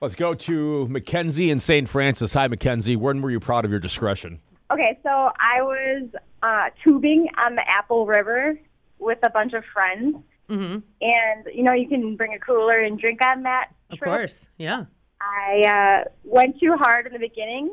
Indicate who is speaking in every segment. Speaker 1: Let's go to Mackenzie in St. Francis. Hi, Mackenzie. When were you proud of your discretion?
Speaker 2: Okay, so I was uh, tubing on the Apple River with a bunch of friends,
Speaker 3: Mm-hmm.
Speaker 2: and you know you can bring a cooler and drink on that.
Speaker 3: Of
Speaker 2: trip.
Speaker 3: course. Yeah.
Speaker 2: I uh, went too hard in the beginning,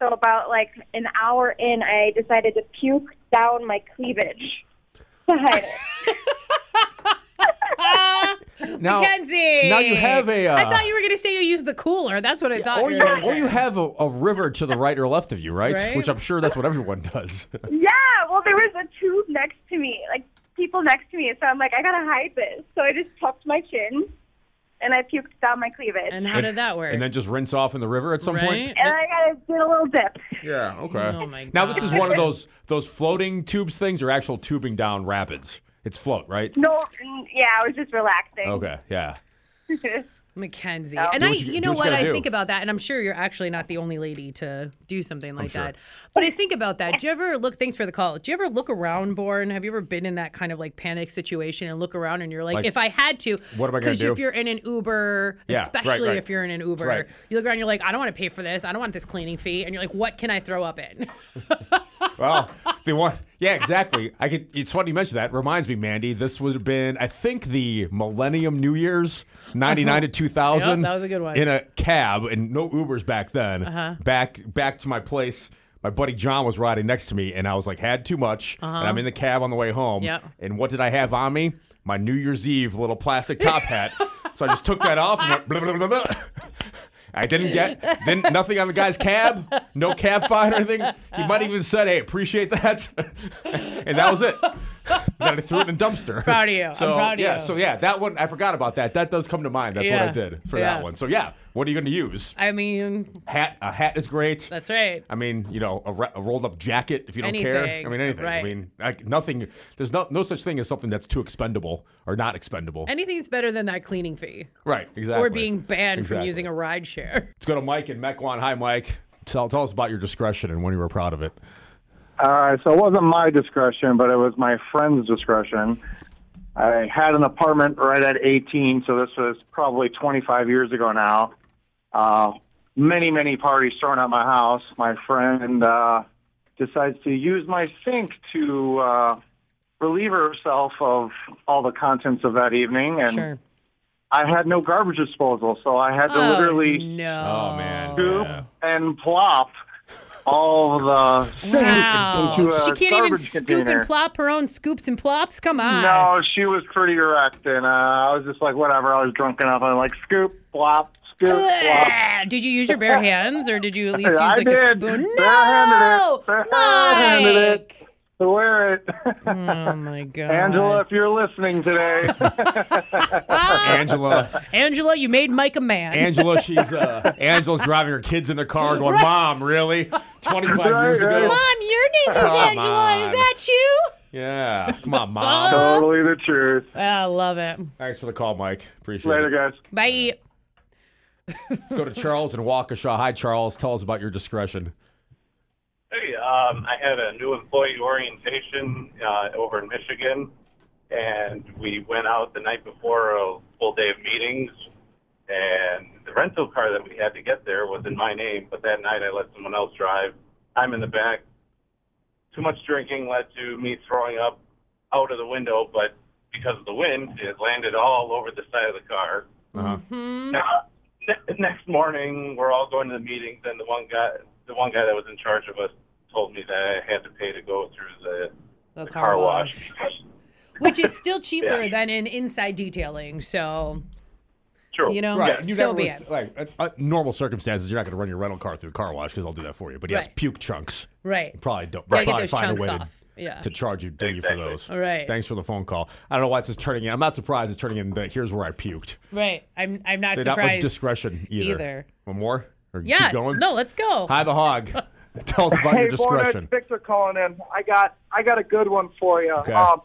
Speaker 2: so about like an hour in, I decided to puke down my cleavage. To hide it.
Speaker 1: Now,
Speaker 3: Kenzie.
Speaker 1: now you have a,
Speaker 3: I
Speaker 1: uh,
Speaker 3: thought you were going to say you used the cooler. That's what I thought.
Speaker 1: Or
Speaker 3: you
Speaker 1: you,
Speaker 3: were gonna
Speaker 1: or
Speaker 3: say.
Speaker 1: you have a, a river to the right or left of you, right?
Speaker 3: Right.
Speaker 1: Which I'm sure that's what everyone does.
Speaker 2: yeah, well, there was a tube next to me, like people next to me, so I'm like, I gotta hide this. So I just tucked my chin, and I puked down my cleavage,
Speaker 3: and how did that work?
Speaker 1: and then just rinse off in the river at some
Speaker 3: right?
Speaker 1: point.
Speaker 2: and I gotta did a little dip.
Speaker 1: Yeah. Okay.
Speaker 3: Oh, my
Speaker 1: Now this is
Speaker 3: God.
Speaker 1: one of those those floating tubes things or actual tubing down rapids. It's float, right?
Speaker 2: No, mm, yeah, I was just relaxing.
Speaker 1: Okay. Yeah.
Speaker 3: Mackenzie.
Speaker 2: Oh.
Speaker 3: And
Speaker 1: Do
Speaker 3: I,
Speaker 1: what you-
Speaker 3: you,
Speaker 1: do
Speaker 3: know
Speaker 1: what you
Speaker 3: what,
Speaker 1: gotta
Speaker 3: I
Speaker 1: do.
Speaker 3: think about that, and I'm sure you're actually not the only lady to do something like
Speaker 1: sure.
Speaker 3: that. But I think about that. Do you ever look? Thanks for the call. Do you ever look around, Born? Have you ever been in that kind of like panic situation and look around and you're like,
Speaker 1: Like,
Speaker 3: if I had to,
Speaker 1: what am I gonna
Speaker 3: Because if
Speaker 1: do?
Speaker 3: you're in an Uber,
Speaker 1: Yeah, right,
Speaker 3: especially
Speaker 1: right.
Speaker 3: if you're in an Uber,
Speaker 1: Right.
Speaker 3: you look around, you're like, I don't want to pay for this. I don't want this cleaning fee, and you're like, what can I throw up in?
Speaker 1: Well, they want. Yeah, exactly. I could. It's funny you mentioned that. Reminds me, Mandy. This would have been, I think, the Millennium New Year's, ninety nine to two thousand.
Speaker 3: Yep, Uh-huh. that was a good one. Uh-huh.
Speaker 1: In a cab, and no Ubers back then. Back back to my place. My buddy John was riding next to me, and I was like, had too much.
Speaker 3: Uh-huh.
Speaker 1: And I'm in the cab on the way home.
Speaker 3: Yep.
Speaker 1: And what did I have on me? My New Year's Eve little plastic top hat. so I just took that off and went blah blah blah blah. I didn't get didn't nothing on the guy's cab, no cab fine or anything. He might even said, "Hey, appreciate that," and that was it. then I threw it in a dumpster.
Speaker 3: Proud of you. I'm
Speaker 1: So,
Speaker 3: proud of
Speaker 1: yeah,
Speaker 3: you.
Speaker 1: So yeah, that one I forgot about that. That does come to mind. That's what I
Speaker 3: Yeah.
Speaker 1: did for
Speaker 3: Yeah.
Speaker 1: that one. So yeah, what are you going to use?
Speaker 3: I mean,
Speaker 1: Hat. A hat is great.
Speaker 3: that's right.
Speaker 1: I mean, you know, a, ra- a rolled up jacket if you don't care. I
Speaker 3: Anything,
Speaker 1: mean, anything. I
Speaker 3: right.
Speaker 1: mean, like nothing. There's no no such thing as something that's too expendable or not expendable.
Speaker 3: Anything's better than that cleaning fee
Speaker 1: right. Exactly.
Speaker 3: or being banned from
Speaker 1: Exactly.
Speaker 3: using a ride share.
Speaker 1: Let's go to Mike and Mequon. Hi, Mike. Tell, tell us about your discretion and when you were proud of it.
Speaker 4: Uh, so it wasn't my discretion, but it was my friend's discretion. I had an apartment right at 18, so this was probably 25 years ago now. Uh, many, many parties thrown at my house. My friend uh, decides to use my sink to uh, relieve herself of all the contents of that evening, and
Speaker 3: Sure.
Speaker 4: I had no garbage disposal, so I had to
Speaker 3: Oh,
Speaker 4: literally
Speaker 3: no.
Speaker 1: Oh, man.
Speaker 4: scoop
Speaker 1: Yeah.
Speaker 4: and plop all uh, the sink
Speaker 3: Wow.
Speaker 4: into a
Speaker 3: She can't even
Speaker 4: uh, garbage
Speaker 3: scoop
Speaker 4: container.
Speaker 3: and plop her own scoops and plops. Come on.
Speaker 4: No, she was pretty erect, and uh, I was just like, whatever. I was drunk enough. I'm like, scoop, plop, scoop, plop.
Speaker 3: Ugh. Did you use your bare hands or did you at least use
Speaker 4: I
Speaker 3: like a
Speaker 4: did.
Speaker 3: spoon?
Speaker 4: Bare-handed
Speaker 3: No!
Speaker 4: it. Bare-handed it.
Speaker 3: Mike!
Speaker 4: To wear it,
Speaker 3: Oh my god.
Speaker 4: Angela, if you're listening today,
Speaker 3: Ah,
Speaker 1: Angela,
Speaker 3: Angela, you made Mike a man.
Speaker 1: Angela, she's uh, Angela's driving her kids in their car, going, "Mom, really? 25 years
Speaker 4: Right, right.
Speaker 1: ago?
Speaker 3: Mom, your name is
Speaker 1: Come
Speaker 3: Angela.
Speaker 1: on.
Speaker 3: Is that you?
Speaker 1: Yeah, come on, Mom.
Speaker 3: Uh-huh.
Speaker 4: totally the truth.
Speaker 3: I love it.
Speaker 1: Thanks for the call, Mike. Appreciate
Speaker 4: Later,
Speaker 1: it.
Speaker 4: guys.
Speaker 3: Bye.
Speaker 1: Let's go to Charles in Waukesha. Hi, Charles. Tell us about your discretion.
Speaker 5: Hey, um, I had a new employee orientation uh, over in Michigan, and we went out the night before a full day of meetings. And the rental car that we had to get there was in my name, but that night I let someone else drive. I'm in the back. Too much drinking led to me throwing up out of the window, but because of the wind, it landed all over the side of the car.
Speaker 1: Uh-huh.
Speaker 3: Mm-hmm.
Speaker 5: Ne- next morning we're all going to the meetings and the one guy the one guy that was in charge of us told me that I had to pay to go through the,
Speaker 3: The
Speaker 5: car, wash.
Speaker 3: Which is still cheaper
Speaker 5: Yeah.
Speaker 3: than in inside detailing. So,
Speaker 5: Sure.
Speaker 3: you know,
Speaker 1: Right. You
Speaker 3: so
Speaker 1: never
Speaker 3: be
Speaker 1: would-
Speaker 3: it.
Speaker 1: like uh, uh, normal circumstances, you're not going to run your rental car through a car wash because I'll do that for you. But yes,
Speaker 3: Right.
Speaker 1: puke chunks.
Speaker 3: Right.
Speaker 1: Probably don't.
Speaker 3: Gotta get
Speaker 1: probably
Speaker 3: those
Speaker 1: find a
Speaker 3: chunks
Speaker 1: way
Speaker 3: off.
Speaker 1: To,
Speaker 3: Yeah.
Speaker 1: to charge you, dig you for
Speaker 5: Exactly.
Speaker 1: those.
Speaker 3: All right.
Speaker 1: Thanks for the phone call. I don't know why it's just turning in. I'm not surprised it's turning in. But here's where I puked.
Speaker 3: Right. I'm I'm not
Speaker 1: Not
Speaker 3: surprised.
Speaker 1: much discretion either.
Speaker 3: either.
Speaker 1: One more? Or
Speaker 3: Yes.
Speaker 1: Keep going?
Speaker 3: No, let's go.
Speaker 1: Hi, the hog. Tell us about your
Speaker 6: hey, Borna,
Speaker 1: discretion.
Speaker 6: it's Victor calling in. I got I got a good one for you.
Speaker 1: Okay.
Speaker 6: Um,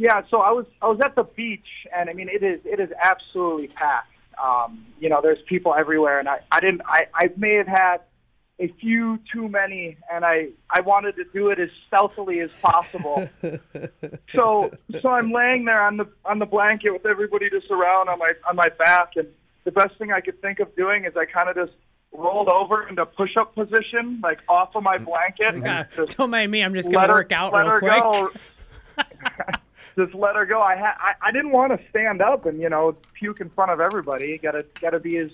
Speaker 6: yeah, so I was I was at the beach, and I mean it is it is absolutely packed. Um, you know, there's people everywhere, and I I didn't I I may have had a few too many, and I I wanted to do it as stealthily as possible. so so I'm laying there on the on the blanket with everybody just around on my on my back, and the best thing I could think of doing is I kind of just rolled over into push-up position, like off of my blanket. and
Speaker 3: God,
Speaker 6: just
Speaker 3: don't mind me. I'm just
Speaker 6: let
Speaker 3: gonna
Speaker 6: her-
Speaker 3: work out
Speaker 6: let
Speaker 3: real
Speaker 6: her
Speaker 3: quick.
Speaker 6: go. just let her go. I, ha- I I didn't want to stand up and you know puke in front of everybody. Got to got to be as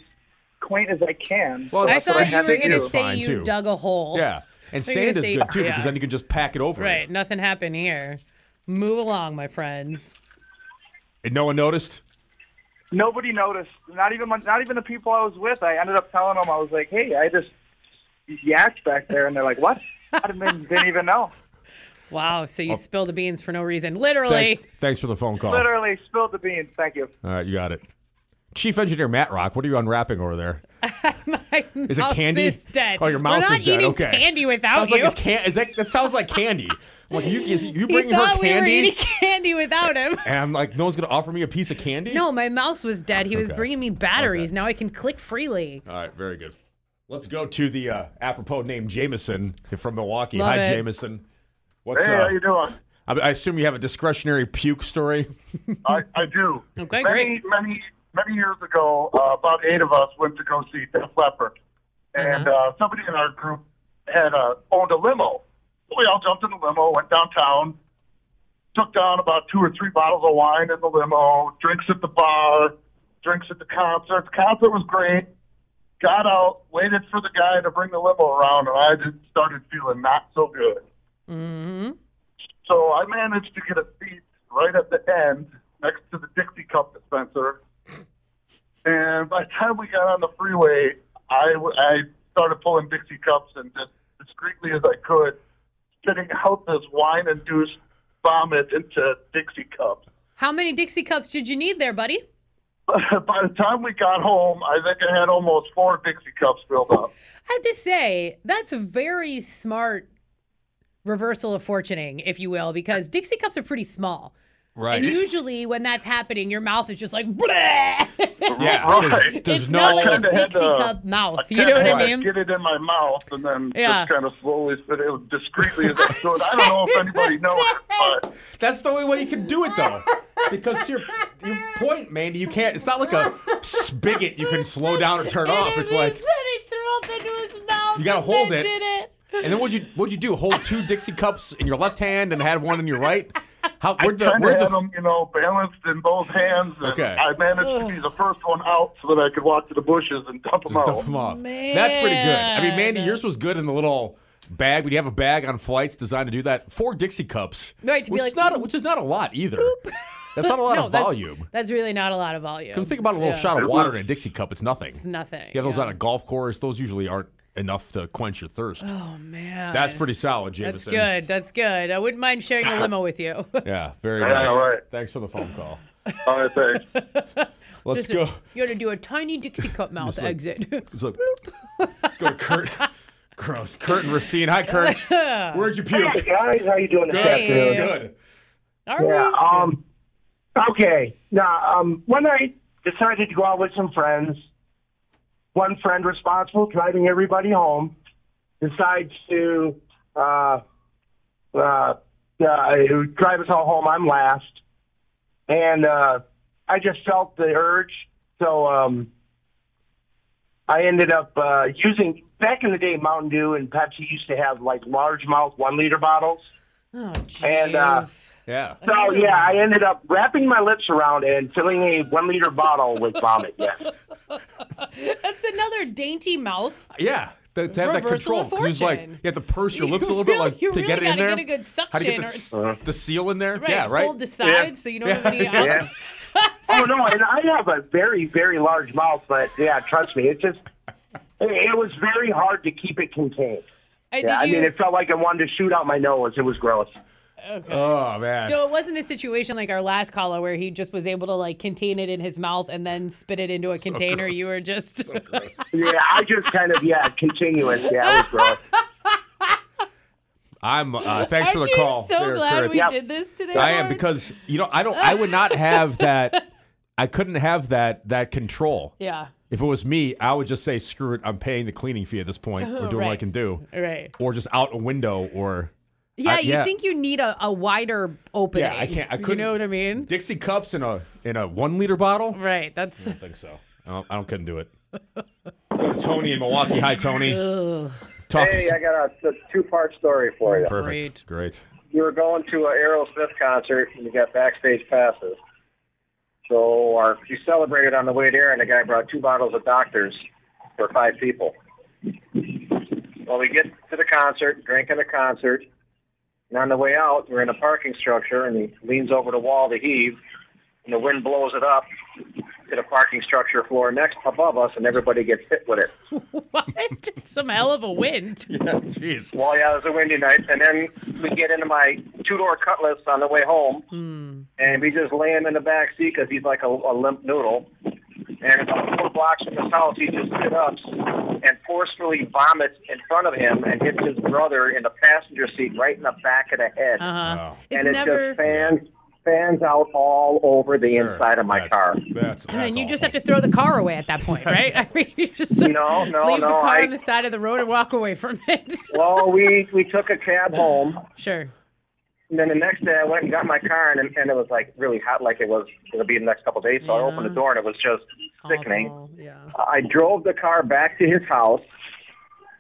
Speaker 6: quaint as I can.
Speaker 1: Well,
Speaker 3: I
Speaker 1: That's what
Speaker 3: thought
Speaker 1: I
Speaker 3: you were
Speaker 1: said.
Speaker 3: gonna
Speaker 1: It's
Speaker 3: say
Speaker 1: fine,
Speaker 3: you
Speaker 1: too.
Speaker 3: dug a hole.
Speaker 1: Yeah. And
Speaker 3: They're gonna
Speaker 1: sand is
Speaker 3: say-
Speaker 1: good too
Speaker 3: yeah.
Speaker 1: because then you can just pack it over.
Speaker 3: Right. Nothing happened here. Move along, my friends.
Speaker 1: And no one noticed.
Speaker 6: Nobody noticed. Not even my, not even the people I was with. I ended up telling them I was like, hey, I just yacked back there, and they're like, what? I didn't, didn't even know.
Speaker 3: Wow. So you spilled the beans for no reason, literally.
Speaker 1: Oh. Thanks, thanks for the phone call.
Speaker 6: Literally spilled the beans. Thank you.
Speaker 1: All right, you got it. Chief Engineer Matt Rock, what are you unwrapping over there?
Speaker 3: My
Speaker 1: Is it
Speaker 3: mouse
Speaker 1: candy?
Speaker 3: Is dead.
Speaker 1: Oh, your mouse
Speaker 3: We're not
Speaker 1: is dead.
Speaker 3: eating
Speaker 1: okay.
Speaker 3: candy without
Speaker 1: sounds like
Speaker 3: you.
Speaker 1: it's can- is that, that sounds like candy. I'm like you, is, you
Speaker 3: he
Speaker 1: bringing her
Speaker 3: thought
Speaker 1: candy?
Speaker 3: we were eating candy without him.
Speaker 1: And I'm like, no one's gonna offer me a piece of candy.
Speaker 3: No, my mouse was dead. He was
Speaker 1: Okay.
Speaker 3: bringing me batteries.
Speaker 1: Okay.
Speaker 3: Now I can click freely.
Speaker 1: All right, very good. Let's go to the uh, apropos name Jameson from Milwaukee.
Speaker 3: Love
Speaker 1: Hi,
Speaker 3: it.
Speaker 1: Jameson. What's
Speaker 7: Hey,
Speaker 1: uh,
Speaker 7: how you doing?
Speaker 1: I, I assume you have a discretionary puke story.
Speaker 7: I, I do.
Speaker 3: Okay,
Speaker 7: many,
Speaker 3: Oh, great.
Speaker 7: Many, many years ago, uh, about eight of us went to go see Def Leppard, and
Speaker 3: Uh-huh.
Speaker 7: uh somebody in our group had uh, owned a limo. So we all jumped in the limo, went downtown, took down about two or three bottles of wine in the limo, drinks at the bar, drinks at the concert. The concert was great. Got out, waited for the guy to bring the limo around, and I just started feeling not so good.
Speaker 3: Mm-hmm.
Speaker 7: So I managed to get a seat right at the end next to the Dixie Cup dispenser. And by the time we got on the freeway, I, w- I started pulling Dixie Cups and just discreetly as I could, spitting out this wine induced vomit into Dixie Cups.
Speaker 3: How many Dixie cups did you need there, buddy?
Speaker 7: by the time we got home, I think I had almost four Dixie Cups filled up.
Speaker 3: I have to say, that's a very smart reversal of fortuning, if you will, because Dixie cups are pretty small.
Speaker 1: Right.
Speaker 3: And usually when that's happening, your mouth is just like, bleh.
Speaker 1: yeah. There's,
Speaker 7: Right.
Speaker 1: there's
Speaker 3: it's
Speaker 1: no.
Speaker 3: not like
Speaker 7: Kinda
Speaker 3: a
Speaker 7: had
Speaker 3: Dixie
Speaker 7: to-
Speaker 3: cup mouth.
Speaker 7: I
Speaker 3: You know what
Speaker 7: kinda
Speaker 3: I
Speaker 7: had to
Speaker 3: mean?
Speaker 7: Get it in my mouth and then
Speaker 3: Yeah.
Speaker 7: just kind of slowly spit it discreetly as I could. I don't know if anybody knows, but
Speaker 1: That's the only way you can do it though. Because to your, your point, Mandy, you can't. It's not like a spigot you can slow down or turn off. It's like,
Speaker 3: he threw up into his mouth.
Speaker 1: You gotta
Speaker 3: and
Speaker 1: hold
Speaker 3: then
Speaker 1: it.
Speaker 3: Did it.
Speaker 1: and then what'd you what'd you do? Hold two Dixie cups in your left hand and had one in your right. How? Where'd the,
Speaker 7: kind of
Speaker 1: where'd
Speaker 7: had
Speaker 1: the
Speaker 7: them, you know, balanced in both hands. And
Speaker 1: Okay.
Speaker 7: I managed to be the first one out so that I could walk to the bushes and dump them
Speaker 1: Just
Speaker 7: out.
Speaker 1: dump 'em off. That's pretty good. I mean, Mandy,
Speaker 3: Man.
Speaker 1: yours was good in the little bag. When you have a bag on flights designed to do that, four Dixie cups,
Speaker 3: Right, to be
Speaker 1: which
Speaker 3: like,
Speaker 1: is not a, which is not a lot either. That's not a lot
Speaker 3: No,
Speaker 1: of
Speaker 3: that's-
Speaker 1: volume.
Speaker 3: That's, really not a lot of volume.
Speaker 1: Think about a little
Speaker 3: Yeah.
Speaker 1: shot of water in a Dixie cup. It's nothing.
Speaker 3: It's nothing.
Speaker 1: you have those
Speaker 3: yeah.
Speaker 1: on a golf course; those usually aren't enough to quench your thirst.
Speaker 3: Oh man.
Speaker 1: That's pretty solid, Jameson.
Speaker 3: That's good. That's good. I wouldn't mind sharing a limo with you.
Speaker 1: Yeah, very
Speaker 7: Yeah,
Speaker 1: nice.
Speaker 7: right.
Speaker 1: Thanks for the phone call.
Speaker 7: All right, thanks.
Speaker 1: Let's
Speaker 3: Just
Speaker 1: go.
Speaker 3: a, you got to do a tiny Dixie cup mouth
Speaker 1: like-
Speaker 3: exit.
Speaker 1: Let's, look. Let's go to Kurt. Gross. Kurt and Racine. Hi, Kurt. Where'd you puke?
Speaker 8: Hey guys, how you doing this
Speaker 1: Good.
Speaker 8: afternoon?
Speaker 1: Good.
Speaker 3: All
Speaker 8: Yeah.
Speaker 3: right.
Speaker 8: Um. Okay. Now, um, one night decided to go out with some friends. One friend responsible driving everybody home decides to uh, uh, uh, drive us all home. I'm last, and uh, I just felt the urge, so um, I ended up uh, using. Back in the day, Mountain Dew and Pepsi used to have like large mouth one liter bottles.
Speaker 3: Oh
Speaker 8: And, uh,
Speaker 3: jeez.
Speaker 1: Yeah.
Speaker 8: So yeah, I ended up wrapping my lips around it and filling a one liter bottle with vomit. Yes.
Speaker 3: That's another dainty mouth.
Speaker 1: Yeah. To, to have that
Speaker 3: Reversal
Speaker 1: control.
Speaker 3: of
Speaker 1: Because it's like, you
Speaker 3: fortune.
Speaker 1: have to purse your
Speaker 3: You
Speaker 1: lips a little bit
Speaker 3: really-
Speaker 1: like
Speaker 3: you
Speaker 1: to
Speaker 3: really
Speaker 1: get it in
Speaker 3: gotta
Speaker 1: there.
Speaker 3: get a good
Speaker 1: How do you get
Speaker 3: suction
Speaker 1: the,
Speaker 3: or
Speaker 1: s- the seal in there?
Speaker 3: Right.
Speaker 1: Yeah, right?
Speaker 3: Hold the side so you know not have any out.
Speaker 8: Yeah. Oh no, and I have a very very large mouth, but yeah, trust me, it's just it- it was very hard to keep it contained.
Speaker 3: And
Speaker 8: Yeah, I
Speaker 3: did you,
Speaker 8: mean, it felt like I wanted to shoot out my nose. It was gross.
Speaker 1: oh, man.
Speaker 3: so it wasn't a situation like our last caller where he just was able to like contain it in his mouth and then spit it into a container.
Speaker 1: gross.
Speaker 3: You were just
Speaker 8: Yeah, I just kind of yeah, continuous. Yeah, it was gross.
Speaker 1: I'm, uh, thanks for
Speaker 3: Aren't
Speaker 1: the
Speaker 3: you
Speaker 1: call.
Speaker 3: so
Speaker 1: there,
Speaker 3: glad
Speaker 1: Kurt.
Speaker 3: we
Speaker 8: Yep.
Speaker 3: did this today.
Speaker 1: I am
Speaker 3: Howard?
Speaker 1: because, you know, I don't, I would not have that, I couldn't have that, that control.
Speaker 3: yeah,
Speaker 1: If it was me, I would just say, screw it. I'm paying the cleaning fee at this point. We're doing what I
Speaker 3: Oh, Right.
Speaker 1: can do.
Speaker 3: right.
Speaker 1: Or just out a window or.
Speaker 3: Yeah,
Speaker 1: I-
Speaker 3: you
Speaker 1: yeah.
Speaker 3: think you need a, a wider opening.
Speaker 1: Yeah, I can't. I
Speaker 3: You
Speaker 1: couldn't.
Speaker 3: know what I mean?
Speaker 1: Dixie cups in a in a one liter bottle.
Speaker 3: Right. That's
Speaker 1: I think so. I don't, I don't couldn't do it. Tony in Milwaukee. Hi, Tony. Talk.
Speaker 9: Hey, I got a, two part story for you.
Speaker 1: Perfect. Great.
Speaker 9: You were going to an Aerosmith concert and you got backstage passes. So our, you celebrated on the way there, and the guy brought two bottles of Doctors for five people. Well, we get to the concert, drink in the concert, and on the way out, we're in a parking structure, and he leans over the wall to heave, and the wind blows it up to the parking structure floor next above us, and everybody gets hit with it.
Speaker 3: What? Some hell of a wind.
Speaker 1: Jeez.
Speaker 9: Well, yeah, it was a windy night, and then we get into my two-door Cutlass on the way home,
Speaker 3: Hmm.
Speaker 9: and we just lay him in the back seat because he's like a, a limp noodle. And about four blocks from his house, he just stood up and forcefully vomits in front of him and hits his brother in the passenger seat right in the back of the head,
Speaker 3: Uh-huh.
Speaker 1: Wow.
Speaker 3: It's
Speaker 9: and it
Speaker 3: never.
Speaker 9: just fans fans out all over the
Speaker 1: Sure.
Speaker 9: inside of my
Speaker 1: That's-
Speaker 9: car.
Speaker 1: That's, that's
Speaker 3: and you just
Speaker 1: awful.
Speaker 3: have to throw the car away at that point, right? I mean, you just
Speaker 9: No, no,
Speaker 3: leave the
Speaker 9: no,
Speaker 3: car
Speaker 9: I-
Speaker 3: on the side of the road and walk away from it.
Speaker 9: Well, we we took a cab home.
Speaker 3: sure.
Speaker 9: And then the next day, I went and got my car, and, and it was like really hot, like it was going to be the next couple of days. So I
Speaker 3: Yeah.
Speaker 9: opened the door, and it was just sickening.
Speaker 3: Awful, Yeah.
Speaker 9: I drove the car back to his house.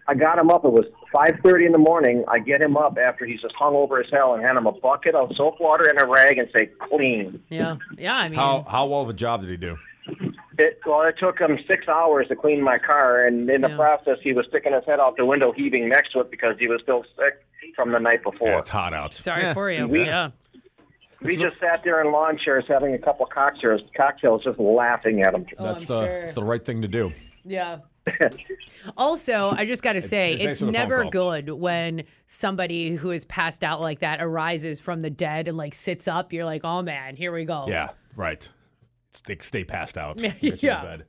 Speaker 9: I got him up. It was 5:30 in the morning. I get him up after he's just hung over as hell, and hand him a bucket of soap water and a rag, and say, "Clean."
Speaker 3: Yeah. Yeah. I mean,
Speaker 1: How how well of a job did he do?
Speaker 9: It, well, it took him six hours to clean my car, and in the
Speaker 3: Yeah.
Speaker 9: process, he was sticking his head out the window, heaving next to it because he was still sick from the night before.
Speaker 1: Yeah, it's hot out.
Speaker 3: sorry
Speaker 1: Yeah.
Speaker 3: for you.
Speaker 9: We-
Speaker 3: yeah.
Speaker 9: We just sat there in lawn chairs having a couple cocktails, cocktails just laughing at him.
Speaker 3: Oh,
Speaker 1: That's
Speaker 3: I'm
Speaker 1: the
Speaker 3: sure.
Speaker 1: it's the right thing to do.
Speaker 3: Yeah. also, I just got to say,
Speaker 1: thanks
Speaker 3: it's
Speaker 1: for the phone
Speaker 3: never
Speaker 1: call.
Speaker 3: good when somebody who is passed out like that arises from the dead and like sits up. You're like, oh man, here we go.
Speaker 1: Yeah, right. Stay, stay passed out.
Speaker 3: Yeah,
Speaker 1: Get you to
Speaker 3: yeah.
Speaker 1: bed.